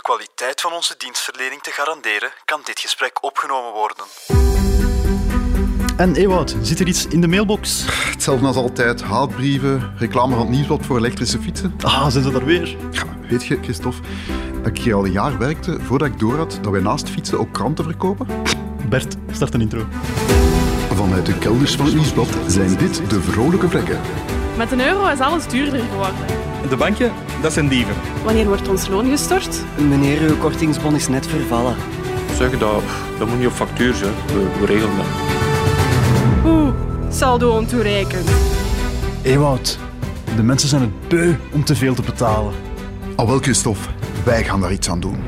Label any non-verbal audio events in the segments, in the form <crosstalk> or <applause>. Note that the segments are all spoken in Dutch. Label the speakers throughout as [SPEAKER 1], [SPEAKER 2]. [SPEAKER 1] kwaliteit van onze dienstverlening te garanderen, kan dit gesprek opgenomen worden.
[SPEAKER 2] En Ewout, zit er iets in de mailbox?
[SPEAKER 3] Hetzelfde als altijd, haatbrieven, reclame van het nieuwsblad voor elektrische fietsen.
[SPEAKER 2] Ah, zijn ze daar weer?
[SPEAKER 3] Ja, weet je, Christophe, dat ik hier al een jaar werkte voordat ik door had dat wij naast fietsen ook kranten verkopen?
[SPEAKER 2] Bert, start een intro.
[SPEAKER 3] Vanuit de kelders van het nieuwsblad zijn dit de vrolijke plekken.
[SPEAKER 4] Met een euro is alles duurder geworden.
[SPEAKER 5] De banken, dat zijn dieven.
[SPEAKER 4] Wanneer wordt ons loon gestort?
[SPEAKER 6] Meneer, uw kortingsbon is net vervallen.
[SPEAKER 7] Zeg dat, dat moet niet op factuur zijn. We, we regelen dat.
[SPEAKER 4] Oeh, saldo ontoereikend.
[SPEAKER 2] Ewout, de mensen zijn het beu om te veel te betalen.
[SPEAKER 3] Al wel, Christophe, wij gaan daar iets aan doen.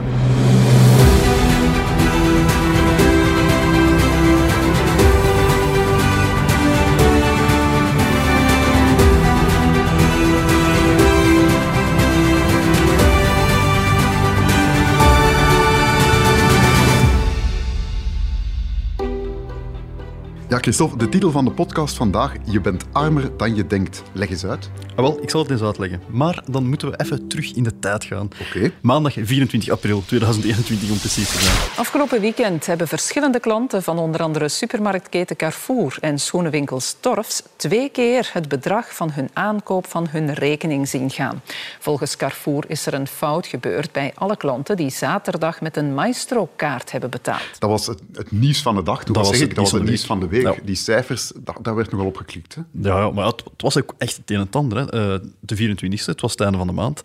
[SPEAKER 3] Ja, Christophe, de titel van de podcast vandaag, Je bent armer dan je denkt. Leg eens uit.
[SPEAKER 2] Ah, wel, ik zal het eens uitleggen. Maar dan moeten we even terug in de tijd gaan.
[SPEAKER 3] Oké.
[SPEAKER 2] Maandag 24 april 2021 om precies te zijn.
[SPEAKER 8] Afgelopen weekend hebben verschillende klanten van onder andere supermarktketen Carrefour en schoenenwinkel Storfs twee keer het bedrag van hun aankoop van hun rekening zien gaan. Volgens Carrefour is er een fout gebeurd bij alle klanten die zaterdag met een Maestro-kaart hebben betaald.
[SPEAKER 3] Dat was het, het nieuws van de dag. Toen
[SPEAKER 2] Dat
[SPEAKER 3] was,
[SPEAKER 2] was
[SPEAKER 3] zeg
[SPEAKER 2] het
[SPEAKER 3] ik, dat was
[SPEAKER 2] nieuws
[SPEAKER 3] het
[SPEAKER 2] van de
[SPEAKER 3] nieuws van de
[SPEAKER 2] week.
[SPEAKER 3] week.
[SPEAKER 2] Ja.
[SPEAKER 3] Die cijfers, daar, daar werd nogal op geklikt. Hè?
[SPEAKER 2] Ja, ja, maar het, het was ook echt het een en het ander. Hè. Eh, de 24e, het was het einde van de maand.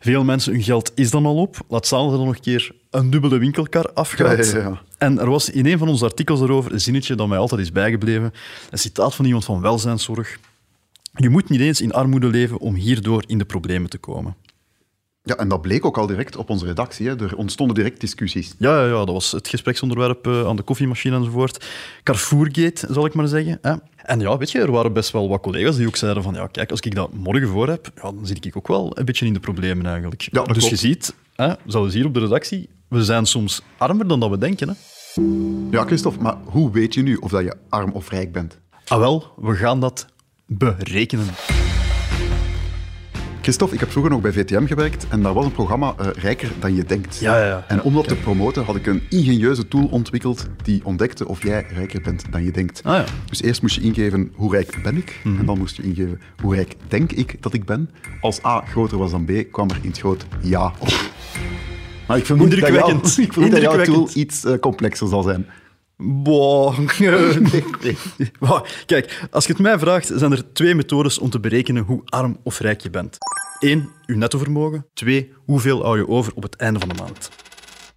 [SPEAKER 2] Veel mensen, hun geld is dan al op. Laat staan dat er nog een keer een dubbele winkelkar afgaat.
[SPEAKER 3] Ja, ja, ja.
[SPEAKER 2] En er was in een van onze artikels erover een zinnetje dat mij altijd is bijgebleven. Een citaat van iemand van welzijnszorg. Je moet niet eens in armoede leven om hierdoor in de problemen te komen.
[SPEAKER 3] Ja, en dat bleek ook al direct op onze redactie. Hè. Er ontstonden direct discussies.
[SPEAKER 2] Ja, ja, ja, dat was het gespreksonderwerp eh, aan de koffiemachine enzovoort. Carrefourgate, zal ik maar zeggen. Hè? En ja, weet je, er waren best wel wat collega's die ook zeiden van ja, kijk, als ik dat morgen voor heb, ja, dan zit ik ook wel een beetje in de problemen eigenlijk.
[SPEAKER 3] dat
[SPEAKER 2] dus je
[SPEAKER 3] klopt.
[SPEAKER 2] ziet, hè, zelfs hier op de redactie, we zijn soms armer dan dat we denken. Hè?
[SPEAKER 3] Ja, Christophe, maar hoe weet je nu of dat je arm of rijk bent?
[SPEAKER 2] Ah wel, we gaan dat berekenen.
[SPEAKER 3] Christophe, ik heb vroeger nog bij VTM gewerkt en daar was een programma eh, Rijker dan je denkt.
[SPEAKER 2] Ja, ja, ja.
[SPEAKER 3] En om dat te promoten had ik een ingenieuze tool ontwikkeld die ontdekte of jij rijker bent dan je denkt.
[SPEAKER 2] Ah, ja.
[SPEAKER 3] Dus eerst moest je ingeven hoe rijk ben ik en dan moest je ingeven hoe rijk denk ik dat ik ben. Als A groter was dan B, kwam er in het groot ja op. Maar ik vermoed dat jouw,
[SPEAKER 2] Indrukwekkend.
[SPEAKER 3] <laughs> ik vermoed dat jouw tool
[SPEAKER 2] Indrukwekkend.
[SPEAKER 3] iets eh, complexer zal zijn.
[SPEAKER 2] Boah. Boah. Kijk, als je het mij vraagt, zijn er twee methodes om te berekenen hoe arm of rijk je bent. Eén, uw nettovermogen. Twee, hoeveel hou je over op het einde van de maand.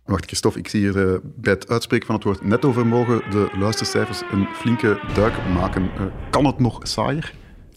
[SPEAKER 3] Wacht, Christophe, ik zie hier eh, bij het uitspreken van het woord nettovermogen de luistercijfers een flinke duik maken. Eh, kan het nog saaier?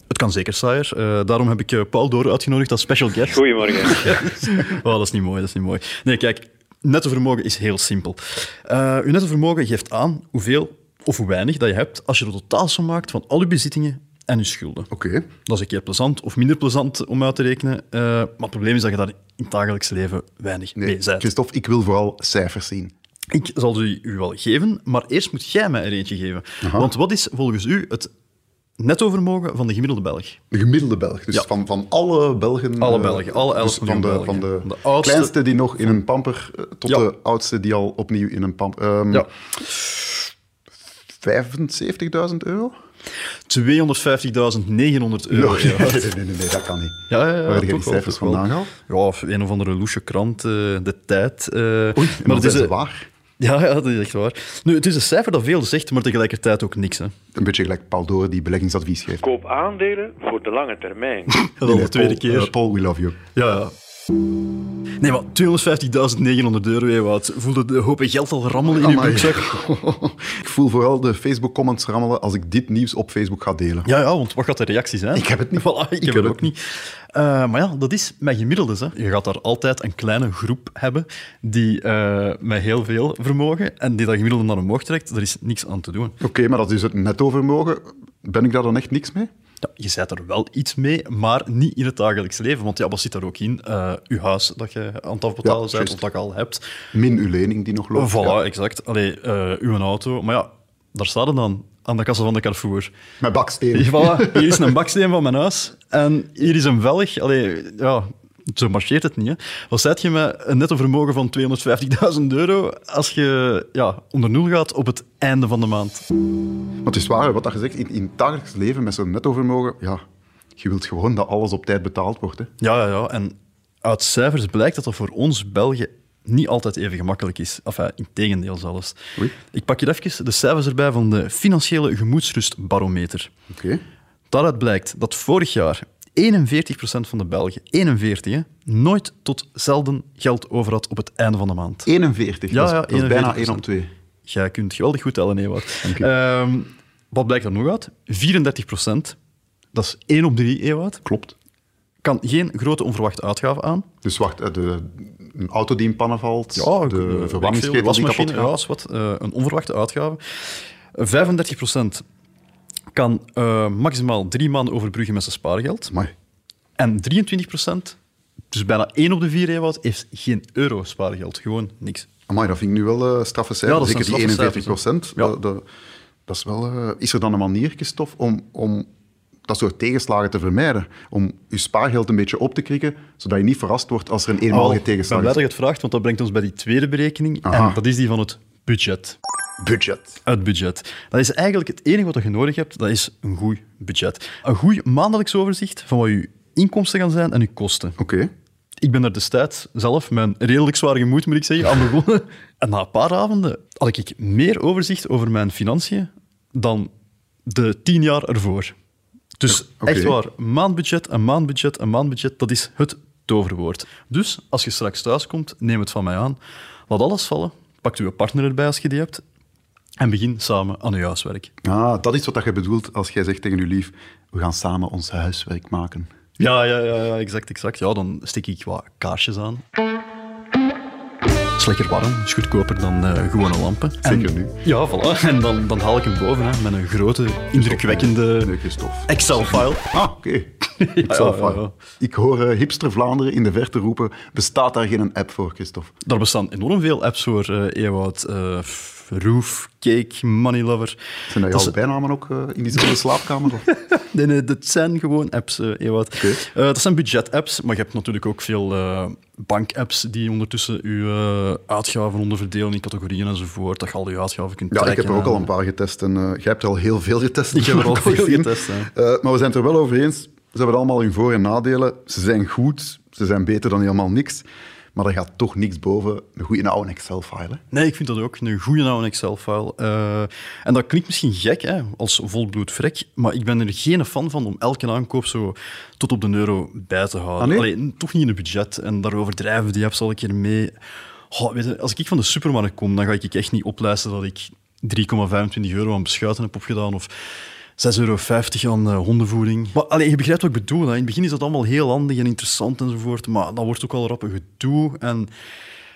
[SPEAKER 2] Het kan zeker saaier. Eh, daarom heb ik eh, Paul Doren uitgenodigd als special guest. <laughs>
[SPEAKER 7] Goedemorgen.
[SPEAKER 2] Oh, dat is niet mooi, dat is niet mooi. Nee, kijk, nettovermogen is heel simpel. Eh uw nettovermogen geeft aan hoeveel of hoe weinig dat je hebt als je de totaalsom maakt van al uw bezittingen en uw schulden.
[SPEAKER 3] Oké.
[SPEAKER 2] Dat is een keer plezant of minder plezant om uit te rekenen. eh, maar het probleem is dat je daar in het dagelijks leven weinig mee bent.
[SPEAKER 3] Christophe, ik wil vooral cijfers zien.
[SPEAKER 2] Ik zal ze u wel geven, maar eerst moet jij mij er eentje geven. Want wat is volgens u het nettovermogen van de gemiddelde Belg?
[SPEAKER 3] De gemiddelde Belg. Dus
[SPEAKER 2] Ja.
[SPEAKER 3] van, van alle Belgen.
[SPEAKER 2] Alle
[SPEAKER 3] eh,
[SPEAKER 2] Belgen, alle elf
[SPEAKER 3] van
[SPEAKER 2] miljoen
[SPEAKER 3] de,
[SPEAKER 2] Belgen.
[SPEAKER 3] van de,
[SPEAKER 2] De oudste-
[SPEAKER 3] kleinste die nog in een pamper eh, tot
[SPEAKER 2] Ja.
[SPEAKER 3] de oudste die al opnieuw in een pamper. ehm,
[SPEAKER 2] Ja.
[SPEAKER 3] 75.000 euro?
[SPEAKER 2] 250.900 euro.
[SPEAKER 3] Nee, nee, nee, nee, nee, dat kan niet.
[SPEAKER 2] Ja, ja, ja,
[SPEAKER 3] Waar
[SPEAKER 2] toch
[SPEAKER 3] heb je die
[SPEAKER 2] wel,
[SPEAKER 3] cijfers
[SPEAKER 2] toch wel.
[SPEAKER 3] vandaan gehaald?
[SPEAKER 2] Ja, of een of andere loesje krant, eh, De Tijd. eh,
[SPEAKER 3] Oei, maar
[SPEAKER 2] het
[SPEAKER 3] dat is
[SPEAKER 2] een-
[SPEAKER 3] waar.
[SPEAKER 2] Ja, ja, dat is echt waar. Nu, het is een cijfer dat veel zegt, maar tegelijkertijd ook niks. Hè.
[SPEAKER 3] Een beetje gelijk Paul Doren die beleggingsadvies geeft.
[SPEAKER 7] Koop aandelen voor de lange termijn.
[SPEAKER 2] Dat is al de tweede
[SPEAKER 3] Paul,
[SPEAKER 2] keer.
[SPEAKER 3] eh, Paul, we love you.
[SPEAKER 2] Ja, ja. Nee, maar 250.900 euro, Ewout. Voelde de hoop geld al rammelen in je
[SPEAKER 3] Amai.
[SPEAKER 2] broekzak?
[SPEAKER 3] <laughs> ik voel vooral de Facebook-comments rammelen als ik dit nieuws op Facebook ga delen.
[SPEAKER 2] Ja, ja, want wat gaat de reactie zijn?
[SPEAKER 3] Ik heb het niet.
[SPEAKER 2] Voilà, ik, heb het ook niet. Eh, maar ja, dat is met gemiddeldes. Hè. Je gaat daar altijd een kleine groep hebben die eh, met heel veel vermogen en die dat gemiddelde naar omhoog trekt. Daar is niks aan te doen.
[SPEAKER 3] Oké, maar dat is het nettovermogen. Ben ik daar dan echt niks mee?
[SPEAKER 2] Ja, je zet er wel iets mee, maar niet in het dagelijks leven. Want ja, wat zit daar ook in? Eh je huis dat je aan het afbetalen
[SPEAKER 3] Ja,
[SPEAKER 2] bent,
[SPEAKER 3] juist.
[SPEAKER 2] of dat je al hebt.
[SPEAKER 3] Min uw lening die nog loopt.
[SPEAKER 2] Voilà,
[SPEAKER 3] Ja.
[SPEAKER 2] exact. Allee, eh, uw auto. Maar ja, daar staat het dan, aan de kassa van de Carrefour.
[SPEAKER 3] Met baksteen.
[SPEAKER 2] Hier, voilà, hier is een baksteen van mijn huis en hier is een velg. Allee, ja, Zo marcheert het niet. Hè. Wat zet je met een netto vermogen van 250.000 euro als je ja, onder nul gaat op het einde van de maand?
[SPEAKER 3] Want het is waar, wat dat gezegd, in, in het dagelijks leven met zo'n nettovermogen, ja, je wilt gewoon dat alles op tijd betaald wordt. Hè.
[SPEAKER 2] Ja, ja, ja. En uit cijfers blijkt dat dat voor ons België niet altijd even gemakkelijk is. Enfin, in tegendeel zelfs.
[SPEAKER 3] Oei.
[SPEAKER 2] Ik pak hier even de cijfers erbij van de Financiële Gemoedsrustbarometer.
[SPEAKER 3] Oké.
[SPEAKER 2] Daaruit blijkt dat vorig jaar 41% van de Belgen, 41, hè, nooit tot zelden geld over had op het einde van de maand.
[SPEAKER 3] 41,
[SPEAKER 2] Ja,
[SPEAKER 3] dat is,
[SPEAKER 2] ja,
[SPEAKER 3] dat is bijna
[SPEAKER 2] 41%.
[SPEAKER 3] 1 op 2.
[SPEAKER 2] Jij kunt geweldig goed tellen, Ewout. Ehm, wat blijkt er nog uit? 34%, dat is 1 op 3, Ewout,
[SPEAKER 3] Klopt.
[SPEAKER 2] kan geen grote onverwachte uitgaven aan.
[SPEAKER 3] Dus wacht, eh, de, een auto die in pannen valt, de
[SPEAKER 2] eh, weet
[SPEAKER 3] verwarmingsketel
[SPEAKER 2] ik
[SPEAKER 3] die
[SPEAKER 2] veel,
[SPEAKER 3] kapot
[SPEAKER 2] wasmachine, ja,
[SPEAKER 3] gaat.
[SPEAKER 2] is wat, eh, een onverwachte uitgave. 35% kan eh, maximaal drie maanden overbruggen met zijn spaargeld.
[SPEAKER 3] Amai.
[SPEAKER 2] En 23%, dus bijna 1 op de 4 Ewout, heeft geen euro spaargeld. Gewoon niks.
[SPEAKER 3] Amai, dat vind ik nu wel eh, straffe
[SPEAKER 2] Ja,
[SPEAKER 3] cijfers.
[SPEAKER 2] dat zijn
[SPEAKER 3] Zeker die
[SPEAKER 2] straffe
[SPEAKER 3] 41
[SPEAKER 2] cijfers,
[SPEAKER 3] procent.
[SPEAKER 2] hè. Ja.
[SPEAKER 3] Dat, dat- dat is wel... eh, is er dan een maniertje, Stof, om, om dat soort tegenslagen te vermijden? Om je spaargeld een beetje op te krikken, zodat je niet verrast wordt als er een eenmalige
[SPEAKER 2] Oh, ik ben blij
[SPEAKER 3] tegenslag
[SPEAKER 2] dat je
[SPEAKER 3] is.
[SPEAKER 2] het vraagt, want dat brengt ons bij die tweede berekening.
[SPEAKER 3] Aha.
[SPEAKER 2] En dat is die van het budget.
[SPEAKER 3] Budget.
[SPEAKER 2] Het budget. Dat is eigenlijk het enige wat je nodig hebt, dat is een goed budget. Een goed maandelijks overzicht van wat je inkomsten gaan zijn en je kosten.
[SPEAKER 3] Oké.
[SPEAKER 2] Ik ben er destijds zelf, mijn redelijk zwaar gemoed moet ik zeggen, aan begonnen. En na een paar avonden had ik meer overzicht over mijn financiën dan de tien jaar ervoor. Dus
[SPEAKER 3] oké.
[SPEAKER 2] echt waar, maandbudget, een maandbudget, een maandbudget, dat is het toverwoord. Dus als je straks thuis komt, neem het van mij aan. Laat alles vallen, pak uw partner erbij als je die hebt en begin samen aan je huiswerk.
[SPEAKER 3] Ah, dat is wat dat je bedoelt als jij zegt tegen je lief, we gaan samen ons huiswerk maken.
[SPEAKER 2] Ja, ja, ja, ja, exact, exact. Ja, dan steek ik wat kaarsjes aan. Het is lekker warm, is goedkoper dan eh, gewone lampen.
[SPEAKER 3] Zeker
[SPEAKER 2] En-
[SPEAKER 3] nu.
[SPEAKER 2] Ja, voilà. <laughs> En dan, dan haal ik hem boven hè, met een grote, indrukwekkende
[SPEAKER 3] Leuke
[SPEAKER 2] <laughs>
[SPEAKER 3] stof.
[SPEAKER 2] Excel-file.
[SPEAKER 3] Ah, oké. Ik zal
[SPEAKER 2] ja,
[SPEAKER 3] vallen.
[SPEAKER 2] ja.
[SPEAKER 3] Ik hoor eh, hipster Vlaanderen in de verte roepen, bestaat daar geen app voor, Christophe?
[SPEAKER 2] Daar bestaan enorm veel apps voor, eh Ewout. Eh, f- Roof, Cake, Moneylover.
[SPEAKER 3] Zijn dat jouw bijnamen ook eh, in diezelfde slaapkamer? of?
[SPEAKER 2] <laughs> Nee, nee, dat zijn gewoon apps, eh Ewout.
[SPEAKER 3] Oké.
[SPEAKER 2] Eh, dat zijn budget-apps, maar je hebt natuurlijk ook veel eh, bank-apps die ondertussen je eh, uitgaven onderverdelen in categorieën enzovoort. Dat je al je uitgaven kunt
[SPEAKER 3] Ja, ik heb er ook al
[SPEAKER 2] een
[SPEAKER 3] een paar getest en eh, jij hebt er al heel veel getest.
[SPEAKER 2] Ik heb er al
[SPEAKER 3] kan ik
[SPEAKER 2] veel
[SPEAKER 3] zien.
[SPEAKER 2] getest, hè.
[SPEAKER 3] Eh, maar we zijn het er wel over eens. Ze hebben allemaal hun voor- en nadelen. Ze zijn goed, ze zijn beter dan helemaal niks. Maar er gaat toch niks boven een goede oude Excel-file. hè.
[SPEAKER 2] Nee, ik vind dat ook. Een goede oude Excel-file. Eh, en dat klinkt misschien gek, hè, als volbloed vrek, maar ik ben er geen fan van om elke aankoop zo tot op de euro bij te houden.
[SPEAKER 3] Ah, nee?
[SPEAKER 2] Allee, toch niet in het budget. En daarover drijven die apps al een keer mee. Goh, weet je, als ik van de supermarkt kom, dan ga ik echt niet oplijsten dat ik 3,25 euro aan beschuiten heb opgedaan of 6,50 euro aan eh, hondenvoeding. Maar, allee, je begrijpt wat ik bedoel. Hè. In het begin is dat allemaal heel handig en interessant enzovoort, maar dat wordt ook al rap een gedoe. En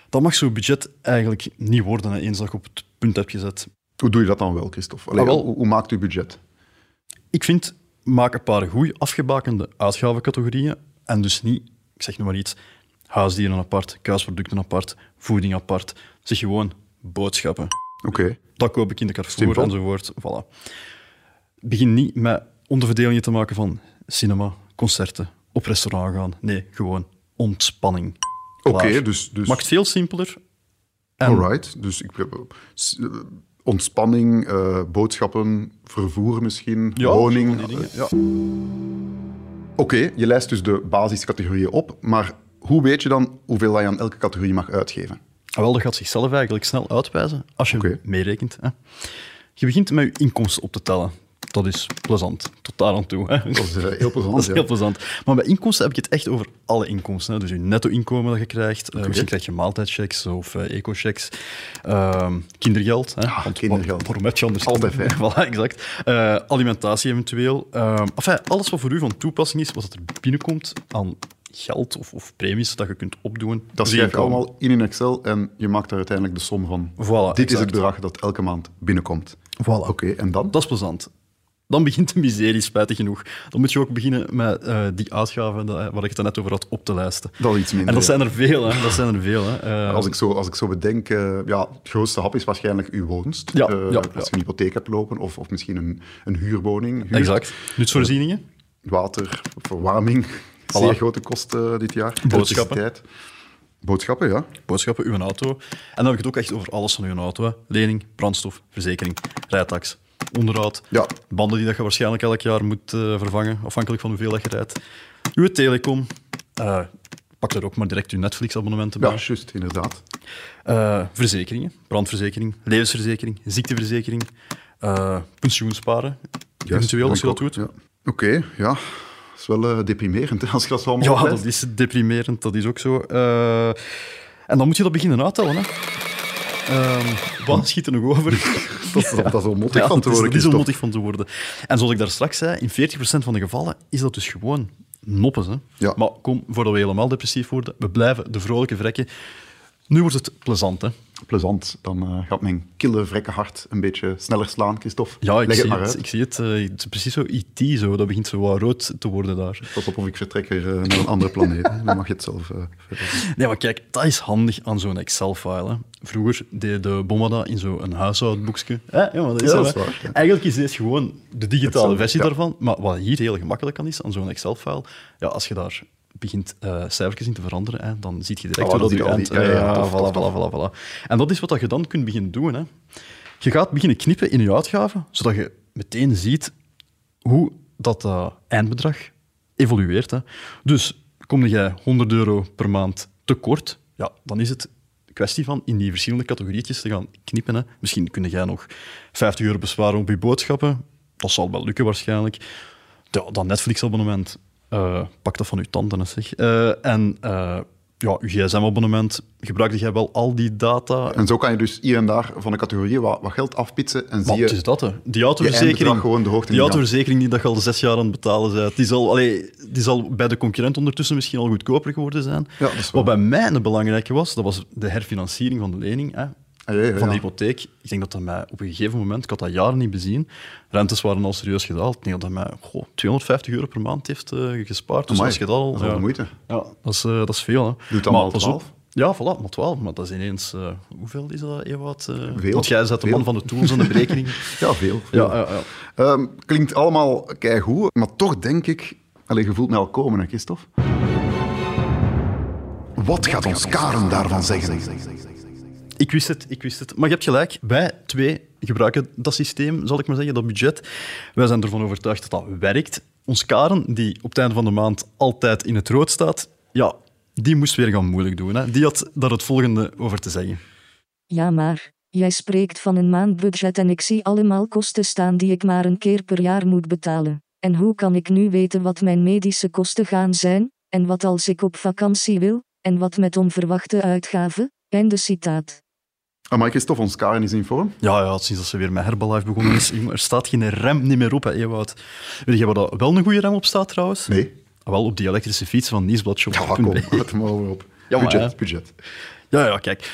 [SPEAKER 2] dat mag zo'n budget eigenlijk niet worden, hè, eens dat je op het punt hebt gezet.
[SPEAKER 3] Hoe doe je dat dan wel, Christophe? Allee,
[SPEAKER 2] Ah, wel.
[SPEAKER 3] Hoe, hoe maakt u budget?
[SPEAKER 2] Ik vind, maak een paar goeie afgebakende uitgavencategorieën en dus niet, ik zeg nu maar iets, huisdieren apart, kuisproducten apart, voeding apart. Zeg gewoon boodschappen.
[SPEAKER 3] Oké.
[SPEAKER 2] Dat koop ik in de Carrefour
[SPEAKER 3] Simpel.
[SPEAKER 2] enzovoort. Voilà. Begin niet met onderverdelingen te maken van cinema, concerten, op restaurant gaan. Nee, gewoon ontspanning.
[SPEAKER 3] Oké,
[SPEAKER 2] Klaar.
[SPEAKER 3] dus... dus...
[SPEAKER 2] Maakt veel simpeler.
[SPEAKER 3] Alright, dus ik, s- eh, ontspanning, eh, boodschappen, vervoer misschien,
[SPEAKER 2] Ja,
[SPEAKER 3] woning.
[SPEAKER 2] zo van die dingen,
[SPEAKER 3] eh, ja. Oké, je lijst dus de basiscategorieën op, maar hoe weet je dan hoeveel dat je aan elke categorie mag uitgeven?
[SPEAKER 2] Ah, wel, dat gaat zichzelf eigenlijk snel uitwijzen als je
[SPEAKER 3] Oké.
[SPEAKER 2] meerekent. Hè. Je begint met je inkomsten op te tellen. Dat is plezant, tot daar aan toe. Hè.
[SPEAKER 3] Dat is eh, heel plezant.
[SPEAKER 2] <laughs> Dat is
[SPEAKER 3] ja.
[SPEAKER 2] heel plezant. Maar bij inkomsten heb ik het echt over alle inkomsten. Hè. Dus je netto-inkomen dat je krijgt. eh, misschien krijg je maaltijdchecks of eh, eco-checks. Ehm, kindergeld. Hè.
[SPEAKER 3] Ah,
[SPEAKER 2] Want wa-
[SPEAKER 3] kindergeld.
[SPEAKER 2] Waarom heb je anders?
[SPEAKER 3] Altijd, hè.
[SPEAKER 2] <laughs> voilà, exact. Eh, alimentatie eventueel. Ehm, enfin, alles wat voor u van toepassing is, wat er binnenkomt aan geld of, of premies dat je kunt opdoen. dus
[SPEAKER 3] Dat
[SPEAKER 2] zie
[SPEAKER 3] schrijf je
[SPEAKER 2] ik allemaal.
[SPEAKER 3] allemaal in in Excel en je maakt daar uiteindelijk de som van.
[SPEAKER 2] Voilà,
[SPEAKER 3] Dit is het
[SPEAKER 2] exact.
[SPEAKER 3] bedrag dat elke maand binnenkomt.
[SPEAKER 2] Voilà.
[SPEAKER 3] Oké, en dan?
[SPEAKER 2] Dat is plezant. Dan begint de miserie, spijtig genoeg. Dan moet je ook beginnen met eh, die uitgaven dat- waar ik het net over had op te lijsten.
[SPEAKER 3] Dat is iets minder,
[SPEAKER 2] En dat
[SPEAKER 3] ja.
[SPEAKER 2] zijn er veel, hè. Dat zijn er veel, hè. Eh,
[SPEAKER 3] Als ik zo, als ik zo bedenk, eh, ja, het grootste hap is waarschijnlijk uw woonst.
[SPEAKER 2] Ja,
[SPEAKER 3] Eh,
[SPEAKER 2] ja,
[SPEAKER 3] als je
[SPEAKER 2] ja.
[SPEAKER 3] een hypotheek hebt lopen of, of misschien een, een huurwoning. huurt.
[SPEAKER 2] Exact. Nutsvoorzieningen.
[SPEAKER 3] Water, verwarming, Zeer grote kosten eh, dit jaar.
[SPEAKER 2] Boodschappen.
[SPEAKER 3] Elektriciteit. Boodschappen, ja.
[SPEAKER 2] Boodschappen, uw auto. En dan heb ik het ook echt over alles van uw auto. hè. Lening, brandstof, verzekering, rijtax, onderhoud,
[SPEAKER 3] Ja.
[SPEAKER 2] banden die dat je waarschijnlijk elk jaar moet eh, vervangen, afhankelijk van hoeveel dat je rijdt. Uw telecom. eh, pak er ook maar direct uw Netflix-abonnementen bij.
[SPEAKER 3] Ja, juist, inderdaad.
[SPEAKER 2] Eh, verzekeringen, brandverzekering, levensverzekering, ziekteverzekering, eh pensioensparen, eventueel als je dat doet.
[SPEAKER 3] Ja. Oké, ja. Dat is wel eh, deprimerend hè, als je dat zo allemaal
[SPEAKER 2] Ja,
[SPEAKER 3] oplijst.
[SPEAKER 2] dat is deprimerend, dat is ook zo. Eh, en dan moet je dat beginnen uittellen. Hè. Ehm wat schiet er nog <laughs> over?
[SPEAKER 3] Dat, is- <laughs> dat is wel mottig
[SPEAKER 2] Ja,
[SPEAKER 3] van
[SPEAKER 2] dat
[SPEAKER 3] te
[SPEAKER 2] is- Dat is
[SPEAKER 3] worden. Christophe.
[SPEAKER 2] onmottig van te worden. En zoals ik daar straks zei, in 40% van de gevallen is dat dus gewoon noppes. Hè?
[SPEAKER 3] Ja.
[SPEAKER 2] Maar kom, voordat we helemaal depressief worden, we blijven de vrolijke vrekken. Nu wordt het plezant, hè?
[SPEAKER 3] Plezant. Dan eh, gaat mijn kille, vrekke hart een beetje sneller slaan, Christophe.
[SPEAKER 2] Ja, ik zie
[SPEAKER 3] Leg het
[SPEAKER 2] het,
[SPEAKER 3] maar uit.
[SPEAKER 2] ik zie het. eh, het is precies zo IT, zo. dat begint zo wat rood te worden daar.
[SPEAKER 3] Pas op of ik vertrek weer eh, naar een andere planeet. hè. Dan mag je het zelf eh, verder doen.
[SPEAKER 2] Nee, maar kijk, dat is handig aan zo'n Excel-file. hè. Vroeger deed de bomma dat in zo'n huishoudboekje. Hè? Ja, maar dat is,
[SPEAKER 3] Ja,
[SPEAKER 2] zo,
[SPEAKER 3] dat is
[SPEAKER 2] hè.
[SPEAKER 3] waar, ja.
[SPEAKER 2] Eigenlijk is dit gewoon de digitale
[SPEAKER 3] Excel,
[SPEAKER 2] versie
[SPEAKER 3] ja.
[SPEAKER 2] daarvan. Maar wat hier heel gemakkelijk aan is, aan zo'n Excel-file, ja, als je daar begint eh cijfertjes in te veranderen, hè, dan zie je direct hoe
[SPEAKER 3] Ah, dan
[SPEAKER 2] dat
[SPEAKER 3] zie
[SPEAKER 2] je
[SPEAKER 3] je al
[SPEAKER 2] eind...
[SPEAKER 3] die- ja, ja,
[SPEAKER 2] ja,
[SPEAKER 3] tof,
[SPEAKER 2] voilà,
[SPEAKER 3] tof,
[SPEAKER 2] voilà, voilà, voilà. En dat is wat dat je dan kunt beginnen doen. Hè. Je gaat beginnen knippen in je uitgaven, zodat je meteen ziet hoe dat eh, eindbedrag evolueert. Hè. Dus kom jij 100 euro per maand tekort, ja, dan is het kwestie van in die verschillende categorietjes te gaan knippen. Hè. Misschien kun jij nog 50 euro besparen op je boodschappen. Dat zal wel lukken waarschijnlijk. Ja, dat Netflix-abonnement, eh, pak dat van je tanden, hè, zeg. Eh, en eh, ja, je gsm-abonnement, gebruikte jij wel al die data?
[SPEAKER 3] En zo kan je dus hier en daar van de categorieën wat, wat geld afpitsen en zie
[SPEAKER 2] Wat
[SPEAKER 3] je...
[SPEAKER 2] is dat, hè? Die autoverzekering.
[SPEAKER 3] eindbedrag gewoon de hoogte
[SPEAKER 2] die
[SPEAKER 3] in gaat.
[SPEAKER 2] autoverzekering die dat je al zes jaar aan het betalen bent. Die zal, allee, die zal bij de concurrent ondertussen misschien al goedkoper geworden zijn.
[SPEAKER 3] Ja, dat is
[SPEAKER 2] Wat
[SPEAKER 3] waar.
[SPEAKER 2] bij mij een belangrijke was, dat was de herfinanciering van de lening. Hè?
[SPEAKER 3] Ah, ja, ja,
[SPEAKER 2] van de
[SPEAKER 3] ja.
[SPEAKER 2] hypotheek. Ik denk dat dat mij op een gegeven moment, ik had dat jaren niet bezien, rentes waren al serieus gedaald. Ik denk dat dat mij goh, 250 euro per maand heeft eh, gespaard. Dus
[SPEAKER 3] Amai,
[SPEAKER 2] als je dat al...
[SPEAKER 3] dat is wel de moeite.
[SPEAKER 2] Ja, dat is, eh, dat is veel. Hè.
[SPEAKER 3] Doe het dan
[SPEAKER 2] Maar
[SPEAKER 3] maal
[SPEAKER 2] pas op.
[SPEAKER 3] 12.
[SPEAKER 2] Ja, voilà, maar 12. Maar dat is ineens... eh, hoeveel is dat, Ewout? Eh,
[SPEAKER 3] Veel.
[SPEAKER 2] Want jij bent de man
[SPEAKER 3] Veel.
[SPEAKER 2] van de tools en de berekeningen.
[SPEAKER 3] <laughs> Ja, veel. veel.
[SPEAKER 2] Ja, ja, ja.
[SPEAKER 3] Ehm, klinkt allemaal keigoed, maar toch denk ik... Allee, je voelt mij al komen, hè, Christophe? Wat gaat ons Karen daarvan
[SPEAKER 2] <laughs>
[SPEAKER 3] zeggen?
[SPEAKER 2] Ik wist het, ik wist het. Maar je hebt gelijk, wij twee gebruiken dat systeem, zal ik maar zeggen, dat budget. Wij zijn ervan overtuigd dat dat werkt. Ons Karen, die op het einde van de maand altijd in het rood staat, ja, die moest weer gaan moeilijk doen. Hè. Die had daar het volgende over te zeggen.
[SPEAKER 9] Ja, maar jij spreekt van een maandbudget en ik zie allemaal kosten staan die ik maar een keer per jaar moet betalen. En hoe kan ik nu weten wat mijn medische kosten gaan zijn, en wat als ik op vakantie wil, en wat met onverwachte uitgaven? Einde citaat.
[SPEAKER 3] Amai, Christophe, ons Karen is in vorm.
[SPEAKER 2] Ja, ja, sinds dat ze weer met Herbalife begonnen is, jongen, er staat geen rem niet meer op, hè, Ewout. Weet je waar dat wel een goede rem op staat, trouwens?
[SPEAKER 3] Nee.
[SPEAKER 2] Ah, Wel op die elektrische fiets van
[SPEAKER 3] Ja, kom,
[SPEAKER 2] nieuwsbladshop.be.
[SPEAKER 3] laat hem maar over op.
[SPEAKER 2] Ja, maar,
[SPEAKER 3] budget,
[SPEAKER 2] hè.
[SPEAKER 3] budget.
[SPEAKER 2] Ja, ja, kijk.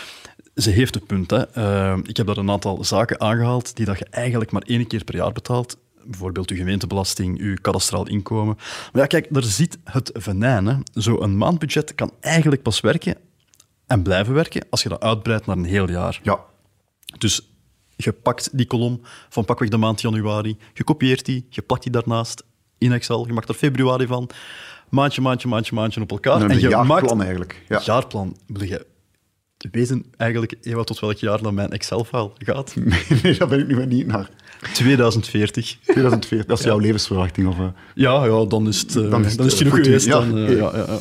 [SPEAKER 2] Ze heeft het punt. Hè. Eh, ik heb daar een aantal zaken aangehaald die dat je eigenlijk maar één keer per jaar betaalt. Bijvoorbeeld uw gemeentebelasting, uw kadastraal inkomen. Maar ja, kijk, daar zit het venijn. hè. Zo'n maandbudget kan eigenlijk pas werken en blijven werken als je dat uitbreidt naar een heel jaar.
[SPEAKER 3] Ja,
[SPEAKER 2] Dus je pakt die kolom van pakweg de maand januari, je kopieert die, je plakt die daarnaast in Excel, je maakt er februari van, maandje, maandje, maandje, maandje op elkaar.
[SPEAKER 3] een
[SPEAKER 2] en je
[SPEAKER 3] jaarplan
[SPEAKER 2] maakt
[SPEAKER 3] eigenlijk. Ja.
[SPEAKER 2] jaarplan. Wil je weten eigenlijk Ewa, tot welk jaar dat mijn Excel-file gaat?
[SPEAKER 3] <laughs> Nee, nee, daar ben ik nu weer niet naar.
[SPEAKER 2] 2040.
[SPEAKER 3] 2014, dat is jouw levensverwachting. Of, eh.
[SPEAKER 2] Ja, ja, dan is het, eh,
[SPEAKER 3] Dan
[SPEAKER 2] dan
[SPEAKER 3] is
[SPEAKER 2] is
[SPEAKER 3] het,
[SPEAKER 2] het
[SPEAKER 3] eh,
[SPEAKER 2] genoeg
[SPEAKER 3] goed,
[SPEAKER 2] geweest.
[SPEAKER 3] ja.
[SPEAKER 2] Dan, eh, ja, ja, ja.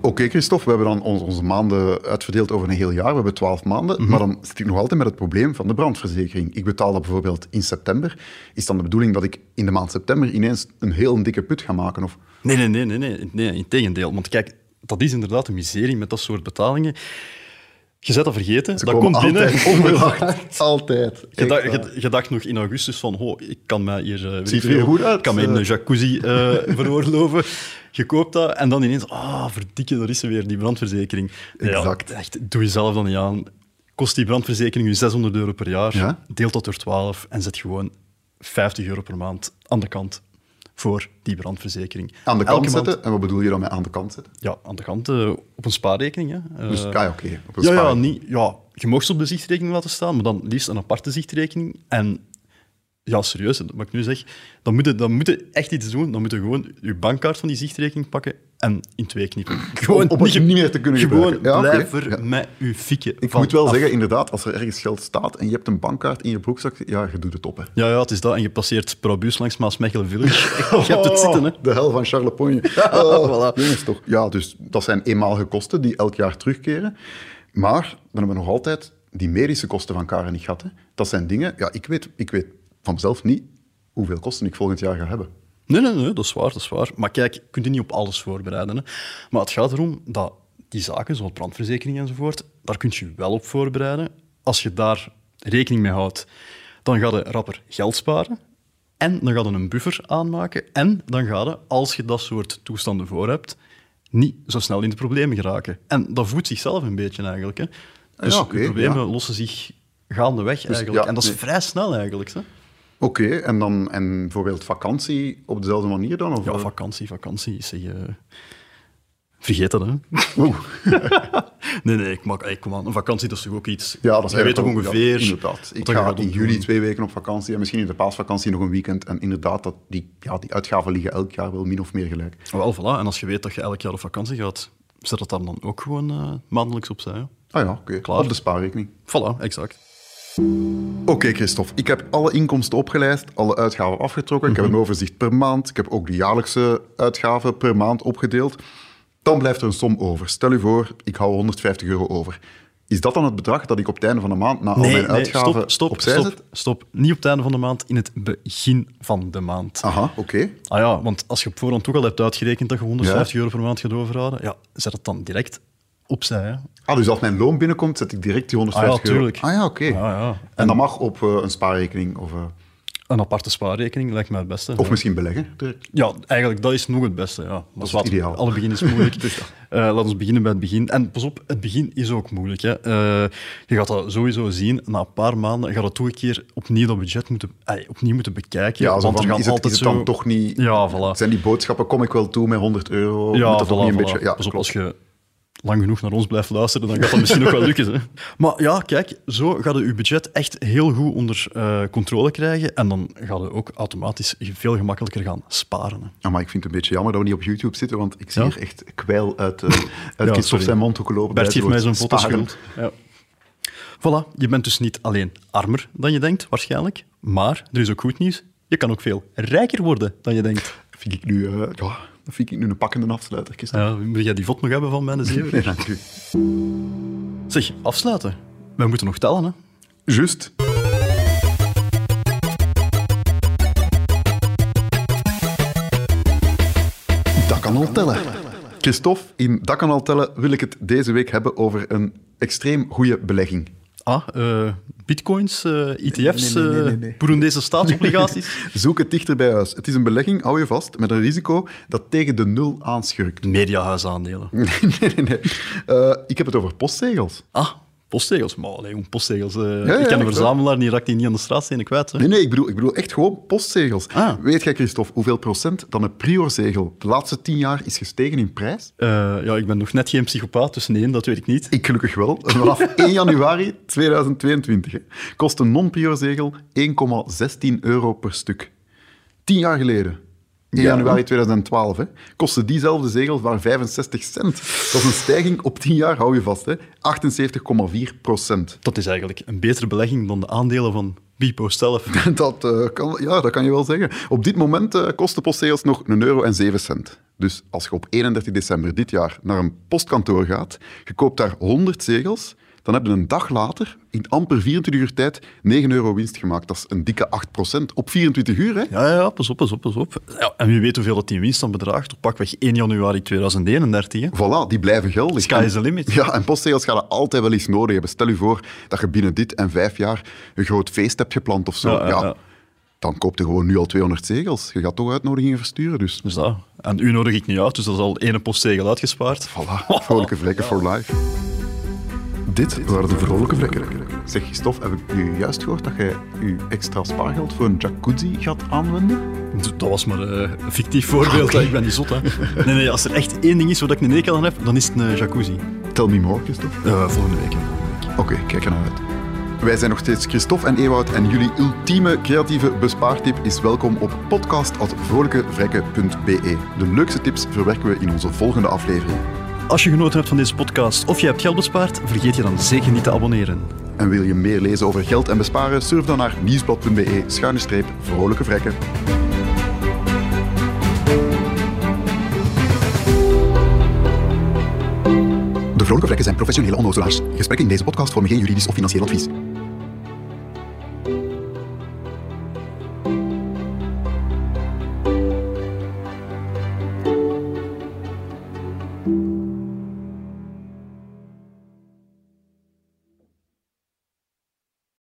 [SPEAKER 3] Oké, Christophe, we hebben dan ons- onze maanden uitverdeeld over een heel jaar. We hebben twaalf maanden. Maar dan zit ik nog altijd met het probleem van de brandverzekering. Ik betaal dat bijvoorbeeld in september. Is dan de bedoeling dat ik in de maand september ineens een heel dikke put ga maken? Of
[SPEAKER 2] Nee, nee, nee, nee, nee, nee, in tegendeel. Want kijk, dat is inderdaad een miserie met dat soort betalingen. Je zet dat vergeten,
[SPEAKER 3] ze
[SPEAKER 2] dat
[SPEAKER 3] komen
[SPEAKER 2] komt binnen.
[SPEAKER 3] <laughs> altijd
[SPEAKER 2] <laughs>
[SPEAKER 3] onverwacht. altijd. eh,
[SPEAKER 2] Je
[SPEAKER 3] Echt
[SPEAKER 2] dacht,
[SPEAKER 3] waar.
[SPEAKER 2] je- je dacht nog in augustus van, ho, ik kan mij hier... eh, weet
[SPEAKER 3] Ziet
[SPEAKER 2] ik
[SPEAKER 3] er hier
[SPEAKER 2] veel,
[SPEAKER 3] goed uit.
[SPEAKER 2] Ik kan mij in
[SPEAKER 3] Eh.
[SPEAKER 2] een jacuzzi eh, <laughs> veroorloven. Je koopt dat en dan ineens, ah, verdikke, daar is ze weer, die brandverzekering. Nee, ja,
[SPEAKER 3] Exact.
[SPEAKER 2] echt, doe jezelf dan niet aan. Kost die brandverzekering je 600 euro per jaar,
[SPEAKER 3] Ja.
[SPEAKER 2] deel dat door 12 en zet gewoon 50 euro per maand aan de kant voor die brandverzekering.
[SPEAKER 3] Aan de
[SPEAKER 2] Elke
[SPEAKER 3] kant
[SPEAKER 2] maand-
[SPEAKER 3] zetten. En wat bedoel je dan met aan de kant zetten?
[SPEAKER 2] Ja, aan de kant, eh, op een spaarrekening. Hè. Eh,
[SPEAKER 3] Dus, ah ja, oké. op een
[SPEAKER 2] ja, ja,
[SPEAKER 3] spaarrekening.
[SPEAKER 2] niet, ja, je mocht ze op de zichtrekening laten staan, maar dan liefst een aparte zichtrekening. En Ja, serieus, hè, wat ik nu zeg. Dan moet, je, dan moet je echt iets doen. Dan moet je gewoon je bankkaart van die zichtrekening pakken en in twee knippen. <laughs> Gewoon
[SPEAKER 3] Om- om het
[SPEAKER 2] ge-
[SPEAKER 3] niet meer te kunnen
[SPEAKER 2] Gewoon
[SPEAKER 3] gebruiken. Ja,
[SPEAKER 2] blijf
[SPEAKER 3] oké.
[SPEAKER 2] er
[SPEAKER 3] Ja.
[SPEAKER 2] met je fikje
[SPEAKER 3] Ik
[SPEAKER 2] van
[SPEAKER 3] moet wel
[SPEAKER 2] af.
[SPEAKER 3] zeggen, inderdaad, als er ergens geld staat en je hebt een bankkaart in je broekzak, ja, je doet het op. Hè.
[SPEAKER 2] Ja, ja, het is dat. En je passeert Probus langs Maasmechelen <laughs> Village. Je hebt het zitten, hè.
[SPEAKER 3] Oh, De hel van Charlepogne.
[SPEAKER 2] <laughs>
[SPEAKER 3] Oh, Jongens toch. Ja, dus dat zijn eenmalige kosten die elk jaar terugkeren. Maar dan hebben we nog altijd die medische kosten van Karen niet gehad. Hè. Dat zijn dingen, ja, ik weet, ik weet van mezelf niet hoeveel kosten ik volgend jaar ga hebben.
[SPEAKER 2] Nee, nee, nee, dat is waar, dat is waar. Maar kijk, je kunt je niet op alles voorbereiden. Hè. Maar het gaat erom dat die zaken, zoals brandverzekering enzovoort, daar kun je je wel op voorbereiden. Als je daar rekening mee houdt, dan ga je rapper geld sparen. En dan ga je een buffer aanmaken. En dan ga je, als je dat soort toestanden voor hebt, niet zo snel in de problemen geraken. En dat voedt zichzelf een beetje eigenlijk. Hè. Dus
[SPEAKER 3] Ja, oké,
[SPEAKER 2] de problemen
[SPEAKER 3] ja. Dus
[SPEAKER 2] lossen zich gaandeweg eigenlijk.
[SPEAKER 3] ja,
[SPEAKER 2] en dat is
[SPEAKER 3] nee.
[SPEAKER 2] vrij snel eigenlijk. Hè.
[SPEAKER 3] Oké, en dan en bijvoorbeeld vakantie op dezelfde manier dan? Of, eh?
[SPEAKER 2] Ja, vakantie, vakantie. Zeg, eh, Vergeet dat, hè?
[SPEAKER 3] <laughs> Oeh.
[SPEAKER 2] <laughs> Nee, nee, ik maak eigenlijk kom aan. Een vakantie dat is toch ook iets.
[SPEAKER 3] Ja, dat is
[SPEAKER 2] je weet toch
[SPEAKER 3] eigenlijk wel-
[SPEAKER 2] ongeveer.
[SPEAKER 3] ja, inderdaad.
[SPEAKER 2] wat
[SPEAKER 3] Ik
[SPEAKER 2] dat je
[SPEAKER 3] ga
[SPEAKER 2] gaat
[SPEAKER 3] in
[SPEAKER 2] doen.
[SPEAKER 3] juli twee weken op vakantie en misschien in de paasvakantie nog een weekend. En inderdaad, dat, die, ja, die uitgaven liggen elk jaar wel min of meer gelijk.
[SPEAKER 2] Wel, voilà. En als je weet dat je elk jaar op vakantie gaat, zet dat daar dan ook gewoon eh, maandelijks opzij. Hè?
[SPEAKER 3] Ah ja, oké.
[SPEAKER 2] Klaar.
[SPEAKER 3] Op de spaarrekening.
[SPEAKER 2] Voilà, exact.
[SPEAKER 3] Oké, Christophe. Ik heb alle inkomsten opgelijst, alle uitgaven afgetrokken. Ik heb
[SPEAKER 2] Mhm.
[SPEAKER 3] een overzicht per maand. Ik heb ook de jaarlijkse uitgaven per maand opgedeeld. Dan blijft er een som over. Stel u voor, ik hou 150 euro over. Is dat dan het bedrag dat ik op het einde van de maand na al mijn uitgaven
[SPEAKER 2] stop, stop,
[SPEAKER 3] opzij
[SPEAKER 2] stop,
[SPEAKER 3] zet?
[SPEAKER 2] stop. Niet op het einde van de maand, in het begin van de maand.
[SPEAKER 3] Aha, oké.
[SPEAKER 2] Ah ja, want als je op voorhand ook al hebt uitgerekend dat je 150 euro per maand gaat overhouden, ja, zet het dan direct opzij. Hè?
[SPEAKER 3] Ah, dus als mijn loon binnenkomt, zet ik direct die 150
[SPEAKER 2] Ah ja, tuurlijk.
[SPEAKER 3] euro. Ah ja, oké.
[SPEAKER 2] Ja, ja.
[SPEAKER 3] En, dat mag op eh, een spaarrekening of, eh,
[SPEAKER 2] Een aparte spaarrekening lijkt mij het beste.
[SPEAKER 3] of misschien beleggen. direct.
[SPEAKER 2] Ja, eigenlijk, dat is nog het beste. Ja. Maar
[SPEAKER 3] is
[SPEAKER 2] zwart,
[SPEAKER 3] het ideaal. Dus
[SPEAKER 2] Alle begin is
[SPEAKER 3] <laughs>
[SPEAKER 2] moeilijk. Eh, laten we beginnen bij het begin. En pas op, het begin is ook moeilijk. Hè. Eh, je gaat dat sowieso zien. Na een paar maanden gaat dat toch een keer opnieuw dat budget moeten, eh, opnieuw moeten bekijken.
[SPEAKER 3] Ja, zo
[SPEAKER 2] want er
[SPEAKER 3] van,
[SPEAKER 2] gaan
[SPEAKER 3] is het, is
[SPEAKER 2] altijd
[SPEAKER 3] het
[SPEAKER 2] zo...
[SPEAKER 3] dan toch niet...
[SPEAKER 2] Ja, voilà.
[SPEAKER 3] Zijn die boodschappen, kom ik wel toe met 100 euro?
[SPEAKER 2] Ah. Ja,
[SPEAKER 3] Moet dat toch
[SPEAKER 2] voilà,
[SPEAKER 3] niet een
[SPEAKER 2] voilà.
[SPEAKER 3] beetje... Ja,
[SPEAKER 2] Pas op,
[SPEAKER 3] klopt.
[SPEAKER 2] als je lang genoeg naar ons blijft luisteren, dan gaat dat
[SPEAKER 3] <laughs>
[SPEAKER 2] misschien nog wel lukken. Hè. Maar ja, kijk, zo gaat je je budget echt heel goed onder eh, controle krijgen. En dan gaat je ook automatisch veel gemakkelijker gaan sparen. Hè.
[SPEAKER 3] Ja, maar ik vind het een beetje jammer dat we niet op YouTube zitten, want ik zie
[SPEAKER 2] Ja?
[SPEAKER 3] hier echt kwijl
[SPEAKER 2] <laughs>
[SPEAKER 3] uit, eh uit
[SPEAKER 2] sorry.
[SPEAKER 3] Christophe zijn mond ook lopen. bij
[SPEAKER 2] Bert
[SPEAKER 3] het
[SPEAKER 2] heeft mij
[SPEAKER 3] woord
[SPEAKER 2] zo'n foto
[SPEAKER 3] sparen.
[SPEAKER 2] schuld. Ja. Voilà, je bent dus niet alleen armer dan je denkt, waarschijnlijk. Maar, er is ook goed nieuws, je kan ook veel rijker worden dan je denkt.
[SPEAKER 3] Dat Vind ik nu, eh, ja, dat vind ik nu een pakkende afsluiter. Christophe.
[SPEAKER 2] Ja, moet jij die vod nog hebben van mijn zeven?
[SPEAKER 3] Nee, dank u.
[SPEAKER 2] Zeg, afsluiten. Wij moeten nog tellen, hè.
[SPEAKER 3] Juist. Dat kan al tellen. Christophe, in Dat kan al tellen wil ik het deze week hebben over een extreem goede belegging.
[SPEAKER 2] Ah, eh, bitcoins, eh, ETF's,
[SPEAKER 3] Nee, nee, nee, nee,
[SPEAKER 2] eh,
[SPEAKER 3] nee.
[SPEAKER 2] Boeroendese staatsobligaties.
[SPEAKER 3] <laughs> Zoek het dichter bij huis. Het is een belegging, hou je vast, met een risico dat tegen de nul aanschurkt.
[SPEAKER 2] Mediahuisaandelen.
[SPEAKER 3] nee, <laughs> nee, nee. Eh, ik heb het over postzegels.
[SPEAKER 2] Ah, postzegels. Maar allee, jong, postzegels. eh,
[SPEAKER 3] ja,
[SPEAKER 2] ik
[SPEAKER 3] echt
[SPEAKER 2] ken een
[SPEAKER 3] wel.
[SPEAKER 2] verzamelaar, die raakt die niet aan de straatstenen kwijt. Hè.
[SPEAKER 3] Nee, nee, ik bedoel, ik bedoel echt gewoon postzegels.
[SPEAKER 2] Ah.
[SPEAKER 3] Weet jij, Christophe, hoeveel procent dan een priorzegel de laatste tien jaar is gestegen in prijs?
[SPEAKER 2] Eh, ja, ik ben nog net geen psychopaat, dus nee, dat weet ik niet.
[SPEAKER 3] Ik gelukkig wel. <laughs> Vanaf 1 januari 2022 hè, kost een non-priorzegel 1,16 euro per stuk. Tien jaar geleden, 1 januari 2012, hè, kostte diezelfde zegels maar 65 cent. Dat is een stijging op 10 jaar, hou je vast, hè, 78,4 procent.
[SPEAKER 2] Dat is eigenlijk een betere belegging dan de aandelen van Bipo zelf.
[SPEAKER 3] <laughs> Dat, eh, kan, ja, dat kan je wel zeggen. Op dit moment eh kosten postzegels nog 1 euro en 7 cent. Dus als je op 31 december dit jaar naar een postkantoor gaat, je koopt daar 100 zegels, dan heb je een dag later, in amper 24 uur tijd, 9 euro winst gemaakt. Dat is een dikke 8% op 24 uur, hè?
[SPEAKER 2] <laughs> Ja, ja, ja, pas op, pas op, pas op. Ja, en wie weet hoeveel dat die winst dan bedraagt. Op pakweg 1 januari 2031. hè.
[SPEAKER 3] Voilà, die blijven geldig.
[SPEAKER 2] Sky is the limit.
[SPEAKER 3] Ja, en postzegels gaan je altijd wel eens nodig hebben. Stel je voor dat je binnen dit en vijf jaar een groot feest hebt gepland of zo.
[SPEAKER 2] Ja, ja,
[SPEAKER 3] Ja,
[SPEAKER 2] ja.
[SPEAKER 3] Dan koop je gewoon nu al 200 zegels. Je gaat toch uitnodigingen versturen, dus...
[SPEAKER 2] Dus dat. En u nodig ik niet uit, dus dat is al één postzegel uitgespaard.
[SPEAKER 3] Voilà, vrolijke vlekken for life. Dit waren de vrolijke vlekken. Zeg, Stof, heb ik nu juist gehoord dat jij je extra spaargeld voor een jacuzzi gaat aanwenden?
[SPEAKER 2] Dat was maar eh, een fictief voorbeeld, hè. ik ben niet zot. Hè. Nee, nee, als er echt één ding is waar ik een hekel aan heb, dan is het een jacuzzi.
[SPEAKER 3] Tel me more, Christophe.
[SPEAKER 2] Eh, volgende week.
[SPEAKER 3] Oké, kijk er naar uit. Wij zijn nog steeds Christophe en Ewout en jullie ultieme creatieve bespaartip is welkom op podcast.vrolijkevrekken.be. De leukste tips verwerken we in onze volgende aflevering.
[SPEAKER 2] Als je genoten hebt van deze podcast of je hebt geld bespaard, vergeet je dan zeker niet te abonneren.
[SPEAKER 3] En wil je meer lezen over geld en besparen? Surf dan naar nieuwsblad.be schuine streep vrolijke vrekken. De Vrolijke Vrekken zijn professionele onnozelaars. Gesprekken in deze podcast vormen geen juridisch of financieel advies.